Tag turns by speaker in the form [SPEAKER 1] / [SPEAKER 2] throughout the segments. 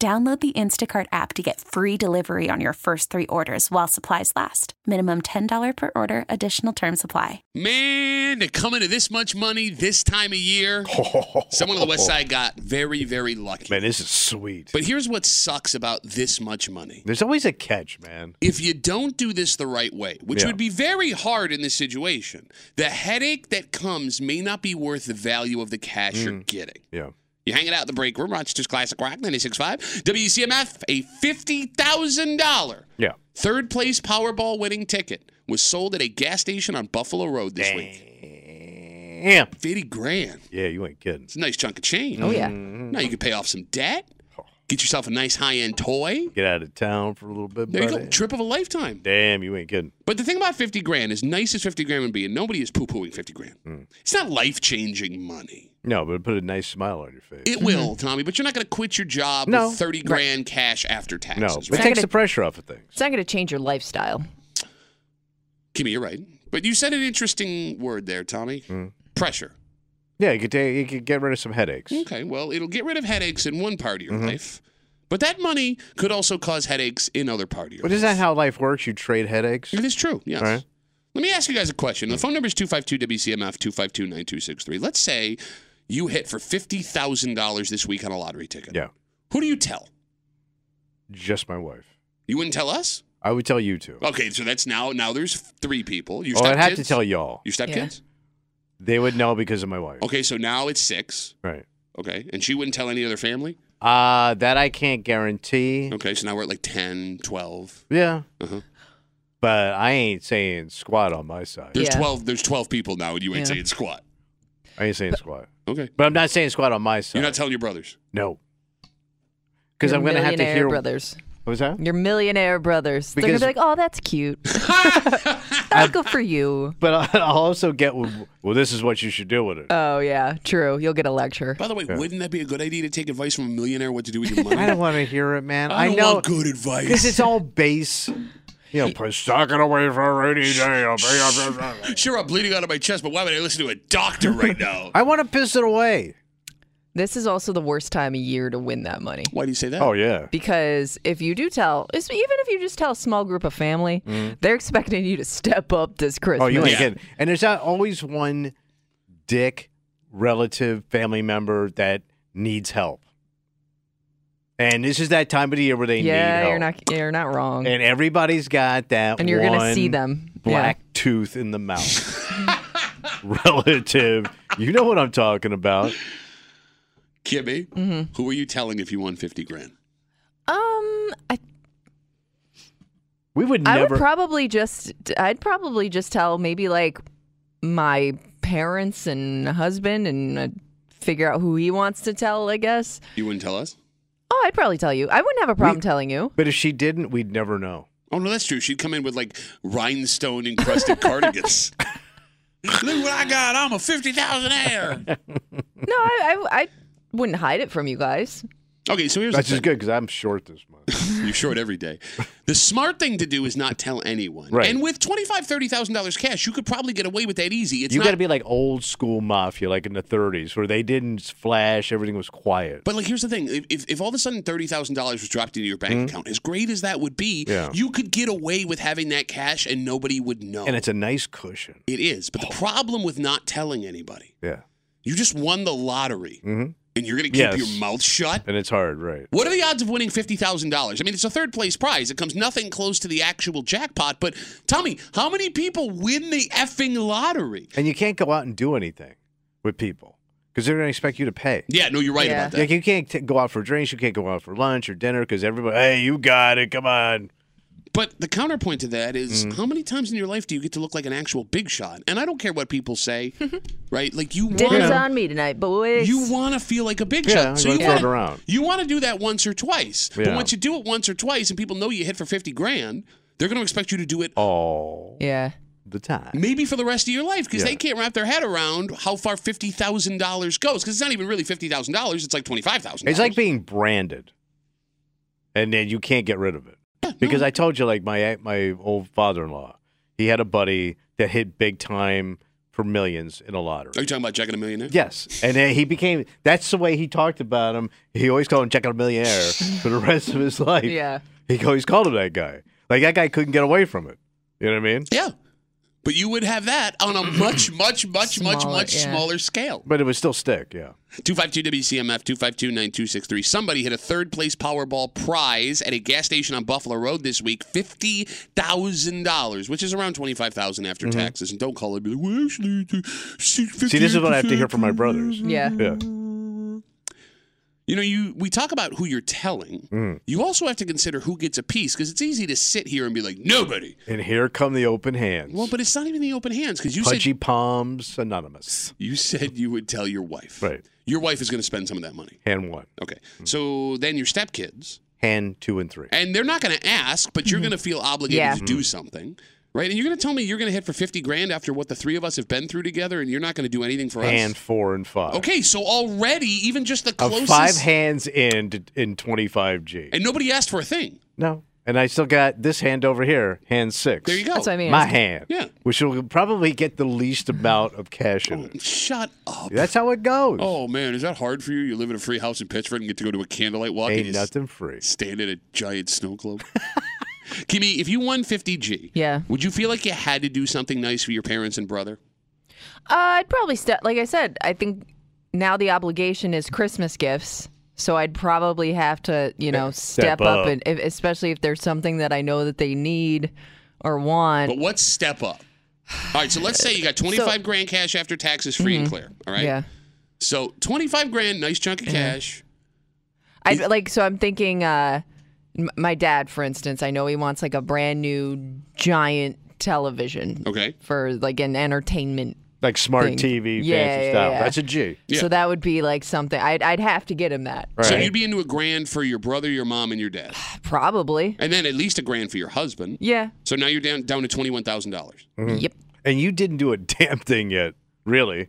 [SPEAKER 1] Download the Instacart app to get free delivery on your first three orders while supplies last. Minimum $10 per order, additional term supply.
[SPEAKER 2] Man, to come into this much money this time of year, someone on the West Side got very, very lucky.
[SPEAKER 3] Oh. Man, this is sweet.
[SPEAKER 2] But here's what sucks about this much money.
[SPEAKER 3] There's always a catch, man.
[SPEAKER 2] If you don't do this the right way, which
[SPEAKER 3] Yeah.
[SPEAKER 2] would be very hard in this situation, the headache that comes may not be worth the value of the cash you're
[SPEAKER 3] Mm.
[SPEAKER 2] getting.
[SPEAKER 3] Yeah.
[SPEAKER 2] You're hanging out in the break room, Rochester's Classic Rock 96.5, WCMF, a $50,000
[SPEAKER 3] Yeah.
[SPEAKER 2] third place Powerball winning ticket was sold at a gas station on Buffalo Road this week.
[SPEAKER 3] Damn.
[SPEAKER 2] 50 grand.
[SPEAKER 3] Yeah, you ain't kidding.
[SPEAKER 2] It's a nice chunk of change. Oh yeah. Now you can pay off some debt. Get yourself a nice high end toy.
[SPEAKER 3] Get out of town for a little bit,
[SPEAKER 2] There you
[SPEAKER 3] buddy.
[SPEAKER 2] go. Trip of a lifetime.
[SPEAKER 3] Damn, you ain't kidding.
[SPEAKER 2] But the thing about fifty grand, as nice as fifty grand would be, and nobody is poo pooing fifty grand.
[SPEAKER 3] Hmm.
[SPEAKER 2] It's not life changing money.
[SPEAKER 3] No, but it put a nice smile on your face.
[SPEAKER 2] It will, Tommy, but you're not going to quit your job
[SPEAKER 3] Mm-hmm. No.
[SPEAKER 2] with 30 grand cash after
[SPEAKER 3] no,
[SPEAKER 2] taxes.
[SPEAKER 3] but
[SPEAKER 2] right?
[SPEAKER 3] it
[SPEAKER 4] not
[SPEAKER 3] takes
[SPEAKER 4] gonna-
[SPEAKER 3] the pressure off of things.
[SPEAKER 4] It's not going to change your lifestyle.
[SPEAKER 2] Kimmy, you're right. But you said an interesting word there, Tommy.
[SPEAKER 3] Hmm.
[SPEAKER 2] Pressure.
[SPEAKER 3] Yeah, you could, take, you could get rid of some headaches.
[SPEAKER 2] Okay, well, it'll get rid of headaches in one part of
[SPEAKER 3] Mm-hmm.
[SPEAKER 2] your life, but that money could also cause headaches in other part of your
[SPEAKER 3] But
[SPEAKER 2] life.
[SPEAKER 3] isn't that how life works? You trade headaches?
[SPEAKER 2] It is true. Yes.
[SPEAKER 3] All right.
[SPEAKER 2] Let me ask you guys a question. The phone number is 252 WCMF 252 9263. Let's say you hit for $50,000 this week on a lottery ticket.
[SPEAKER 3] Yeah.
[SPEAKER 2] Who do you tell?
[SPEAKER 3] Just my wife.
[SPEAKER 2] You wouldn't tell us?
[SPEAKER 3] I would tell you two.
[SPEAKER 2] Okay, so that's now now there's three people. Your
[SPEAKER 3] oh, I'd have to
[SPEAKER 2] stepkids?
[SPEAKER 3] tell y'all.
[SPEAKER 2] Your stepkids?
[SPEAKER 3] They would know because of my wife.
[SPEAKER 2] Okay, so now it's six.
[SPEAKER 3] Right.
[SPEAKER 2] Okay. And she wouldn't tell any other family?
[SPEAKER 3] Uh, that I can't guarantee.
[SPEAKER 2] Okay, so now we're at like 10, 12.
[SPEAKER 3] Mm. Yeah.
[SPEAKER 2] Uh-huh.
[SPEAKER 3] But I ain't saying squat on my side.
[SPEAKER 2] There's
[SPEAKER 4] Yeah.
[SPEAKER 2] 12 there's 12 people now and you ain't
[SPEAKER 4] Yeah.
[SPEAKER 2] saying squat.
[SPEAKER 3] I ain't saying squat.
[SPEAKER 2] Okay.
[SPEAKER 3] But I'm not saying squat on my side.
[SPEAKER 2] You're not telling your brothers.
[SPEAKER 3] No. Because
[SPEAKER 4] Your
[SPEAKER 3] I'm going to have to
[SPEAKER 4] millionaire
[SPEAKER 3] hear.
[SPEAKER 4] brothers.
[SPEAKER 3] What was that?
[SPEAKER 4] Your millionaire brothers. They're
[SPEAKER 3] Because-
[SPEAKER 4] going to be like, oh, that's cute. That'll go for you.
[SPEAKER 3] But I'll also get. Well, this is what you should do with
[SPEAKER 2] Uh,
[SPEAKER 3] it.
[SPEAKER 4] Oh, yeah. True. You'll get a lecture.
[SPEAKER 2] By the way, wouldn't that be a good idea to take advice from a millionaire what to do with your money?
[SPEAKER 3] I don't want to hear it, man.
[SPEAKER 2] I
[SPEAKER 3] I,
[SPEAKER 2] don't
[SPEAKER 3] know
[SPEAKER 2] want good advice.
[SPEAKER 3] because it's all base. You know, put stock it away for a rainy day. I'll bring up- bring up- bring up.
[SPEAKER 2] Sure, I'm bleeding out of my chest, but why would I listen to a doctor right now?
[SPEAKER 3] I want to piss it away.
[SPEAKER 4] This is also the worst time of year to win that money.
[SPEAKER 2] why do you say that?
[SPEAKER 3] Oh yeah.
[SPEAKER 4] Because if you do tell, it's- even if you just tell a small group of family, they're expecting you to step up this Christmas.
[SPEAKER 3] Mm-hmm. Oh, you ain't
[SPEAKER 2] Yeah.
[SPEAKER 3] kidding. And there's not always one dick relative family member that needs help. And this is that time of the year where they need
[SPEAKER 4] yeah,
[SPEAKER 3] help.
[SPEAKER 4] you're not, you're not wrong.
[SPEAKER 3] and everybody's got that
[SPEAKER 4] And you're
[SPEAKER 3] going
[SPEAKER 4] gonna
[SPEAKER 3] to
[SPEAKER 4] see them. Yeah.
[SPEAKER 3] black tooth in the mouth relative you know what i'm talking about
[SPEAKER 2] Kimmy,
[SPEAKER 4] Mm-hmm.
[SPEAKER 2] who are you telling if you won 50 grand?
[SPEAKER 4] um, I
[SPEAKER 3] we would
[SPEAKER 4] I
[SPEAKER 3] never
[SPEAKER 4] would probably just I'd probably just tell maybe like my parents and husband and uh, figure out who he wants to tell, I guess.
[SPEAKER 2] You wouldn't tell us?
[SPEAKER 4] Oh, I'd probably tell you. I wouldn't have a problem telling you.
[SPEAKER 3] but if she didn't we'd never know
[SPEAKER 2] Oh, no, that's true. She'd come in with like rhinestone encrusted cardigans. Look what I got. I'm a 50,000 air.
[SPEAKER 4] No, I, I I wouldn't hide it from you guys.
[SPEAKER 2] Okay, so here's
[SPEAKER 3] that's
[SPEAKER 2] the
[SPEAKER 3] just good because i'm short this month
[SPEAKER 2] thing. You short every day. The smart thing to do is not tell anyone.
[SPEAKER 3] Right.
[SPEAKER 2] And with $25,000, $30,000 cash, you could probably get away with that easy. It's
[SPEAKER 3] you
[SPEAKER 2] not.
[SPEAKER 3] got to be like old school mafia like in the 30s where they didn't flash everything was quiet
[SPEAKER 2] But like, here's the thing: if if, if all of a sudden thirty thousand dollars was dropped into your bank account, as great as that would be,
[SPEAKER 3] Hmm? Yeah.
[SPEAKER 2] you could get away with having that cash and nobody would know.
[SPEAKER 3] and it's a Oh. nice cushion
[SPEAKER 2] it is. But the problem with not telling anybody,
[SPEAKER 3] yeah
[SPEAKER 2] you just won the lottery.
[SPEAKER 3] Mhm.
[SPEAKER 2] and you're going to keep
[SPEAKER 3] Yes.
[SPEAKER 2] your mouth shut?
[SPEAKER 3] And it's hard, right?
[SPEAKER 2] What are the odds of winning $50,000? I mean, it's a third place prize. It comes nothing close to the actual jackpot, but tell me, how many people win the effing lottery?
[SPEAKER 3] And you can't go out and do anything with people because they're going to expect you to pay.
[SPEAKER 2] Yeah, no, you're right
[SPEAKER 4] Yeah.
[SPEAKER 2] about that.
[SPEAKER 3] Like you can't t- go out for drinks, you can't go out for lunch or dinner because everybody, hey, you got it, come on.
[SPEAKER 2] But the counterpoint to that is
[SPEAKER 3] Mm.
[SPEAKER 2] how many times in your life do you get to look like an actual big shot? And I don't care what people say, right? Like you
[SPEAKER 4] Dinner's
[SPEAKER 2] want
[SPEAKER 4] on me tonight, boys.
[SPEAKER 2] you want to feel like a big
[SPEAKER 3] Yeah,
[SPEAKER 2] shot. So
[SPEAKER 3] you
[SPEAKER 2] you
[SPEAKER 3] wanna float
[SPEAKER 2] want
[SPEAKER 3] around.
[SPEAKER 2] You want to do that once or twice. But
[SPEAKER 3] Yeah.
[SPEAKER 2] once you do it once or twice and people know you hit for 50 grand, they're going to expect you to do
[SPEAKER 3] Oh.
[SPEAKER 2] it
[SPEAKER 3] All
[SPEAKER 4] yeah.
[SPEAKER 3] the time.
[SPEAKER 2] maybe for the rest of your life because
[SPEAKER 3] Yeah.
[SPEAKER 2] they can't wrap their head around how far $50,000 goes because it's not even really $50,000, it's like $25,000.
[SPEAKER 3] It's like being branded, and then you can't get rid of it because I told you, like my my old father in law, he had a buddy that hit big time for millions in a lottery.
[SPEAKER 2] Are you talking about Jack and a Millionaire?
[SPEAKER 3] Yes, and then he became. That's the way he talked about him. He always called him Jack a Millionaire for the rest of his life.
[SPEAKER 4] Yeah.
[SPEAKER 3] he always called him that guy. Like that guy couldn't get away from it. You know what I mean?
[SPEAKER 2] Yeah. But you would have that on a much, much, much, much,
[SPEAKER 4] Smaller,
[SPEAKER 2] much
[SPEAKER 4] yeah.
[SPEAKER 2] smaller scale.
[SPEAKER 3] But it would still stick. Yeah.
[SPEAKER 2] 252-WCMF, 252-9263. Somebody hit a third-place Powerball prize at a gas station on Buffalo Road this week, $50,000, which is around 25000 after taxes. And don't call it, be like, well, actually, see,
[SPEAKER 3] Mm-hmm. See, this is what I have to hear from my brothers.
[SPEAKER 4] Yeah.
[SPEAKER 3] Yeah.
[SPEAKER 2] You know, you we talk about who you're telling.
[SPEAKER 3] Mm.
[SPEAKER 2] You also have to consider who gets a piece, because it's easy to sit here and be like, nobody.
[SPEAKER 3] And here come the open hands.
[SPEAKER 2] Well, but it's not even the open hands, because you
[SPEAKER 3] Pudgy
[SPEAKER 2] said,
[SPEAKER 3] Palms Anonymous.
[SPEAKER 2] you said you would tell your wife.
[SPEAKER 3] Right. Mm.
[SPEAKER 2] Your wife is going to spend some of that money.
[SPEAKER 3] Hand one,
[SPEAKER 2] Okay. So then your stepkids,
[SPEAKER 3] hand two, and three.
[SPEAKER 2] and they're not going to ask, but you're going to feel obligated
[SPEAKER 4] Mm-hmm.
[SPEAKER 2] to
[SPEAKER 4] Yeah.
[SPEAKER 2] do something, right? And you're going to tell me you're going to hit for 50 grand after what the three of us have been through together, and you're not going to do anything for
[SPEAKER 3] Hand
[SPEAKER 2] us.
[SPEAKER 3] four and five.
[SPEAKER 2] Okay, so already, even just the
[SPEAKER 3] Of
[SPEAKER 2] closest,
[SPEAKER 3] five hands in d- in 25G.
[SPEAKER 2] and nobody asked for a thing.
[SPEAKER 3] no. And I still got this hand over here, hand six.
[SPEAKER 2] There you go.
[SPEAKER 4] That's what I mean.
[SPEAKER 3] My hand.
[SPEAKER 2] Yeah.
[SPEAKER 3] Which will probably get the least amount of cash in it.
[SPEAKER 2] Shut up.
[SPEAKER 3] That's how it goes.
[SPEAKER 2] Oh man, is that hard for you? You live in a free house in Pittsburgh and get to go to a candlelight walk and
[SPEAKER 3] Ain't
[SPEAKER 2] you s-
[SPEAKER 3] nothing free.
[SPEAKER 2] stand in a giant snow globe. Kimmy, if you won 50G,
[SPEAKER 4] Yeah.
[SPEAKER 2] would you feel like you had to do something nice for your parents and brother?
[SPEAKER 4] Uh, I'd probably st- like I said. I think now the obligation is Christmas gifts, so I'd probably have to, you know, step, up,
[SPEAKER 3] up.
[SPEAKER 4] and if, especially if there's something that I know that they need or want.
[SPEAKER 2] But what's step up? All right, so let's say you got 25 grand cash after taxes free and clear, all right?
[SPEAKER 4] Yeah,
[SPEAKER 2] So 25 grand, nice chunk of cash.
[SPEAKER 4] I would like. So I'm thinking, uh, m- my dad, for instance, I know he wants like a brand new giant television
[SPEAKER 2] Okay.
[SPEAKER 4] for like an entertainment
[SPEAKER 3] Like smart
[SPEAKER 4] Thing.
[SPEAKER 3] TV,
[SPEAKER 4] Yeah,
[SPEAKER 3] fancy
[SPEAKER 4] yeah,
[SPEAKER 3] style.
[SPEAKER 4] yeah.
[SPEAKER 3] That's a G.
[SPEAKER 2] Yeah.
[SPEAKER 4] So that would be like something I'd, I'd have to get him that.
[SPEAKER 3] Right.
[SPEAKER 2] So you'd be into a grand for your brother, your mom, and your dad.
[SPEAKER 4] Probably.
[SPEAKER 2] And then at least a grand for your husband.
[SPEAKER 4] Yeah.
[SPEAKER 2] So now you're down down to $21,000.
[SPEAKER 4] Yep.
[SPEAKER 3] and you didn't do a damn thing yet, really.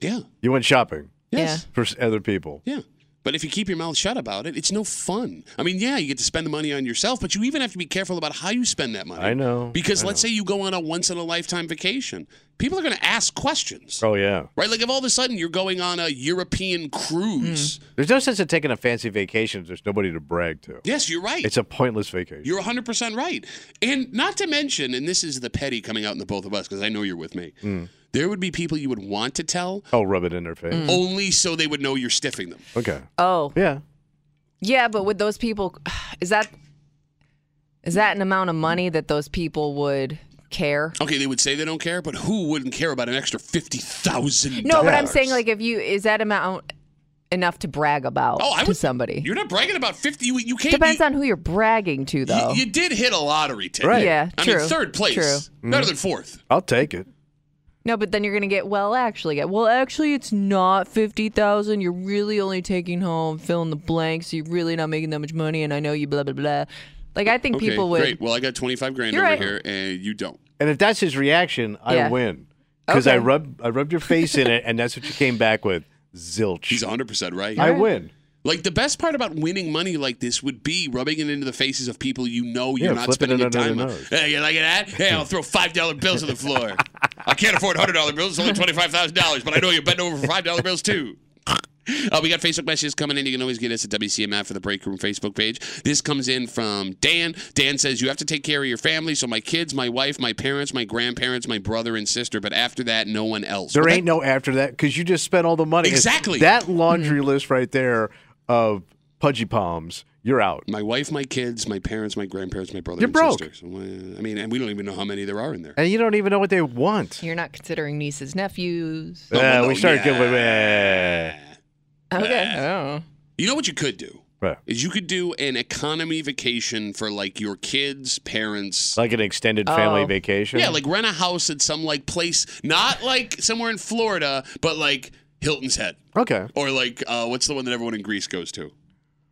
[SPEAKER 2] Yeah.
[SPEAKER 3] You went shopping
[SPEAKER 2] Yes.
[SPEAKER 3] for s- other people.
[SPEAKER 2] Yeah. But if you keep your mouth shut about it, it's no fun. I mean, yeah, you get to spend the money on yourself, but you even have to be careful about how you spend that money.
[SPEAKER 3] I know.
[SPEAKER 2] Because
[SPEAKER 3] I
[SPEAKER 2] let's say you go on a once in a lifetime vacation, people are going to ask questions.
[SPEAKER 3] Oh, yeah.
[SPEAKER 2] Right? Like if all of a sudden you're going on a European
[SPEAKER 4] Mm.
[SPEAKER 2] cruise.
[SPEAKER 3] There's no sense in taking a fancy vacation if there's nobody to brag to.
[SPEAKER 2] Yes, you're right.
[SPEAKER 3] It's a pointless vacation.
[SPEAKER 2] You're 100% right. And not to mention, and this is the petty coming out in the both of us because I know you're with me.
[SPEAKER 3] Mm.
[SPEAKER 2] There would be people you would want to tell
[SPEAKER 3] oh, rub it in their face.
[SPEAKER 4] Mm.
[SPEAKER 2] only so they would know you're stiffing them.
[SPEAKER 3] Okay.
[SPEAKER 4] Oh.
[SPEAKER 3] Yeah.
[SPEAKER 4] Yeah, but would those people is that is that an amount of money that those people would care?
[SPEAKER 2] Okay, they would say they don't care, but who wouldn't care about an extra $50,000?
[SPEAKER 4] No, but I'm saying like if you is that amount enough to brag about
[SPEAKER 2] Oh, I
[SPEAKER 4] to
[SPEAKER 2] would-
[SPEAKER 4] somebody?
[SPEAKER 2] You're not bragging about 50. You, you can't.
[SPEAKER 4] Depends
[SPEAKER 2] you,
[SPEAKER 4] on who you're bragging to though.
[SPEAKER 2] You, you did hit a lottery ticket.
[SPEAKER 3] Right. Mm.
[SPEAKER 4] Yeah,
[SPEAKER 2] I
[SPEAKER 4] true.
[SPEAKER 2] mean, third place.
[SPEAKER 4] True.
[SPEAKER 2] Better than fourth.
[SPEAKER 3] I'll take it.
[SPEAKER 4] no, but then you're gonna get well actually get well actually it's not fifty thousand. You're really only taking home fill in the blanks. You're really not making that much money and I know you blah blah blah. Like I think
[SPEAKER 2] Okay,
[SPEAKER 4] people would
[SPEAKER 2] Great. Well, I got 25 grand
[SPEAKER 4] You're
[SPEAKER 2] over
[SPEAKER 4] right.
[SPEAKER 2] here, and you don't.
[SPEAKER 3] And if that's his reaction, I
[SPEAKER 4] Yeah.
[SPEAKER 3] win. Because I
[SPEAKER 4] Okay.
[SPEAKER 3] rubbed I rubbed your face in it, and that's what you came back with. Zilch.
[SPEAKER 2] He's 100% right.
[SPEAKER 3] I win.
[SPEAKER 2] Like the best part about winning money like this would be rubbing it into the faces of people you know you're
[SPEAKER 3] Yeah,
[SPEAKER 2] not
[SPEAKER 3] flipping
[SPEAKER 2] spending
[SPEAKER 3] it
[SPEAKER 2] your
[SPEAKER 3] under
[SPEAKER 2] time
[SPEAKER 3] their
[SPEAKER 2] on.
[SPEAKER 3] nose.
[SPEAKER 2] Hey, you like that? Hey, I'll throw five dollar bills on the floor. I can't afford hundred dollar bills. It's only twenty five thousand dollars, but I know you're betting over for five dollar bills too. Uh, we got Facebook messages coming in. You can always get us at WCMF for the Break Room Facebook page. This comes in from Dan. Dan says, You have to take care of your family. So my kids, my wife, my parents, my grandparents, my brother and sister. But after that, no one else.
[SPEAKER 3] There
[SPEAKER 2] Well,
[SPEAKER 3] ain't no after that because you just spent all the money. It's-
[SPEAKER 2] Exactly.
[SPEAKER 3] That laundry
[SPEAKER 4] Mm-hmm.
[SPEAKER 3] list right there of pudgy palms, you're out.
[SPEAKER 2] that- My wife, my kids, my parents, my grandparents, my brother
[SPEAKER 3] You're
[SPEAKER 2] and
[SPEAKER 3] broke.
[SPEAKER 2] sister. So, uh, I mean, and we don't even know how many there are in there.
[SPEAKER 3] And you don't even know what they want.
[SPEAKER 4] You're not considering nieces, nephews.
[SPEAKER 2] No,
[SPEAKER 3] Uh,
[SPEAKER 2] no,
[SPEAKER 3] we started
[SPEAKER 2] yeah.
[SPEAKER 3] getting with
[SPEAKER 4] Okay. Oh.
[SPEAKER 2] You know what you could do?
[SPEAKER 3] Right.
[SPEAKER 2] Is you could do an economy vacation for like your kids, parents.
[SPEAKER 3] like an extended family
[SPEAKER 4] Oh.
[SPEAKER 3] vacation.
[SPEAKER 2] yeah, like rent a house at some like place, not like somewhere in Florida, but like Hilton's Head.
[SPEAKER 3] okay,
[SPEAKER 2] Or like, uh, what's the one that everyone in Greece goes to?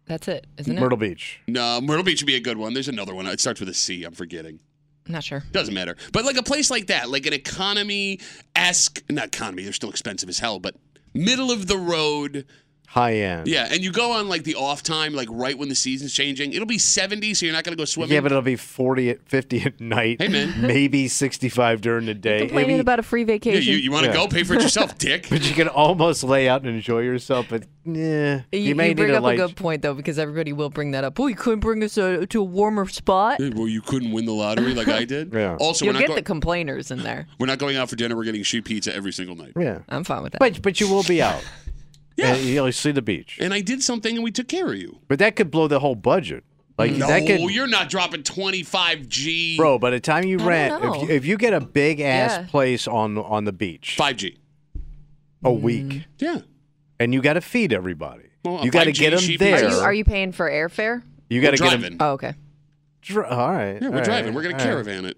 [SPEAKER 4] That's it, isn't it?
[SPEAKER 3] Myrtle Beach.
[SPEAKER 2] No, Myrtle Beach would be a good one. There's another one. It starts with a C. I'm forgetting.
[SPEAKER 4] I'm not sure.
[SPEAKER 2] Doesn't matter. But like a place like that, like an economy esque, not economy. They're still expensive as hell, but middle of the road.
[SPEAKER 3] High end.
[SPEAKER 2] Yeah, and you go on like the off time, like right when the season's changing. It'll be 70, so you're not gonna go swimming.
[SPEAKER 3] Yeah, but it'll be 40 at 50 at night.
[SPEAKER 2] Hey, man.
[SPEAKER 3] Maybe 65 during the day.
[SPEAKER 4] Complaining
[SPEAKER 3] Maybe-
[SPEAKER 4] about a free
[SPEAKER 2] Yeah,
[SPEAKER 4] vacation.
[SPEAKER 2] you, you want to
[SPEAKER 3] Yeah.
[SPEAKER 2] go pay for it yourself, dick.
[SPEAKER 3] but you can almost lay out and enjoy yourself, but yeah, you,
[SPEAKER 4] You-
[SPEAKER 3] may
[SPEAKER 4] you bring
[SPEAKER 3] need to
[SPEAKER 4] up
[SPEAKER 3] like
[SPEAKER 4] a good point though, because everybody will bring that up. Oh, you couldn't bring us uh to a warmer spot.
[SPEAKER 2] Hey, well, you couldn't win the lottery like I did.
[SPEAKER 3] Yeah.
[SPEAKER 2] Also, we're
[SPEAKER 4] You'll
[SPEAKER 2] not,
[SPEAKER 4] get
[SPEAKER 2] go-
[SPEAKER 4] the complainers in there.
[SPEAKER 2] we're not going out for dinner. We're getting sheet pizza every single night.
[SPEAKER 3] yeah.
[SPEAKER 4] I'm fine with that.
[SPEAKER 3] But but you will be out.
[SPEAKER 2] Yeah.
[SPEAKER 3] And you'll see the beach.
[SPEAKER 2] And I did something, and we took care of you.
[SPEAKER 3] But that could blow the whole budget. Like
[SPEAKER 2] No,
[SPEAKER 3] that could
[SPEAKER 2] you're not dropping 25 G.
[SPEAKER 3] Bro, by the time you
[SPEAKER 4] don't
[SPEAKER 3] rent, if
[SPEAKER 4] know.
[SPEAKER 3] you, if you get a big ass
[SPEAKER 4] Yeah.
[SPEAKER 3] place on on the beach
[SPEAKER 2] 5G.
[SPEAKER 3] a
[SPEAKER 2] Mm.
[SPEAKER 3] week,
[SPEAKER 2] Yeah.
[SPEAKER 3] and you got to feed everybody,
[SPEAKER 2] Well, a
[SPEAKER 3] you got to
[SPEAKER 2] 5G
[SPEAKER 3] get them
[SPEAKER 2] sheep
[SPEAKER 3] there.
[SPEAKER 4] are you are you paying for airfare?
[SPEAKER 3] You
[SPEAKER 2] We're
[SPEAKER 3] got to get
[SPEAKER 2] driving.
[SPEAKER 3] them.
[SPEAKER 4] Oh, okay.
[SPEAKER 3] Dr- all right.
[SPEAKER 2] Yeah, we're
[SPEAKER 3] all right,
[SPEAKER 2] driving. We're going
[SPEAKER 3] all
[SPEAKER 2] to
[SPEAKER 3] right.
[SPEAKER 2] caravan it.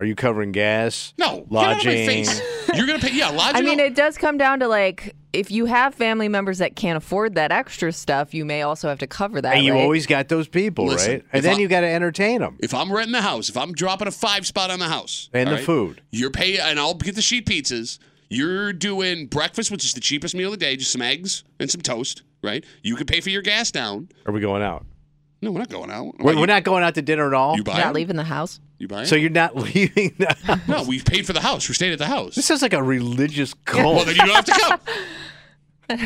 [SPEAKER 3] Are you covering gas?
[SPEAKER 2] No.
[SPEAKER 3] Lodging.
[SPEAKER 2] Get out of my face. You're going to pay. Yeah, lodging.
[SPEAKER 4] I mean,
[SPEAKER 2] I'll-
[SPEAKER 4] it does come down to like if you have family members that can't afford that extra stuff, you may also have to cover that.
[SPEAKER 3] and you
[SPEAKER 4] right?
[SPEAKER 3] always got those people,
[SPEAKER 2] Listen,
[SPEAKER 3] right? And
[SPEAKER 2] if
[SPEAKER 3] then
[SPEAKER 2] I-
[SPEAKER 3] you got to entertain them
[SPEAKER 2] if I'm renting the house, if I'm dropping a five spot on the house,
[SPEAKER 3] and
[SPEAKER 2] all
[SPEAKER 3] the
[SPEAKER 2] right,
[SPEAKER 3] food.
[SPEAKER 2] You're paying, and I'll get the sheet pizzas. You're doing breakfast, which is the cheapest meal of the day, just some eggs and some toast, right? You could pay for your gas down.
[SPEAKER 3] Are we going out?
[SPEAKER 2] No, we're not going out.
[SPEAKER 3] We're,
[SPEAKER 2] you,
[SPEAKER 3] we're not going out to dinner at all.
[SPEAKER 2] You buy
[SPEAKER 4] not
[SPEAKER 2] it?
[SPEAKER 4] leaving the house.
[SPEAKER 2] You buy it?
[SPEAKER 3] so you're not leaving. The,
[SPEAKER 2] no, we paid for the house. We stayed at the house.
[SPEAKER 3] this sounds like a religious
[SPEAKER 2] well,
[SPEAKER 3] cult.
[SPEAKER 2] then you don't have to come.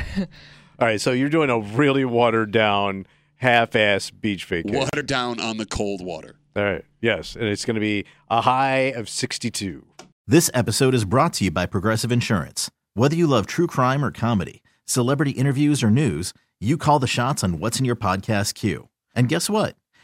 [SPEAKER 3] all right, so you're doing a really watered down, half ass beach vacation.
[SPEAKER 2] Water down on the cold water.
[SPEAKER 3] All right. Yes, and it's going to be a high of 62.
[SPEAKER 5] This episode is brought to you by Progressive Insurance. Whether you love true crime or comedy, celebrity interviews or news, you call the shots on what's in your podcast queue. And guess what?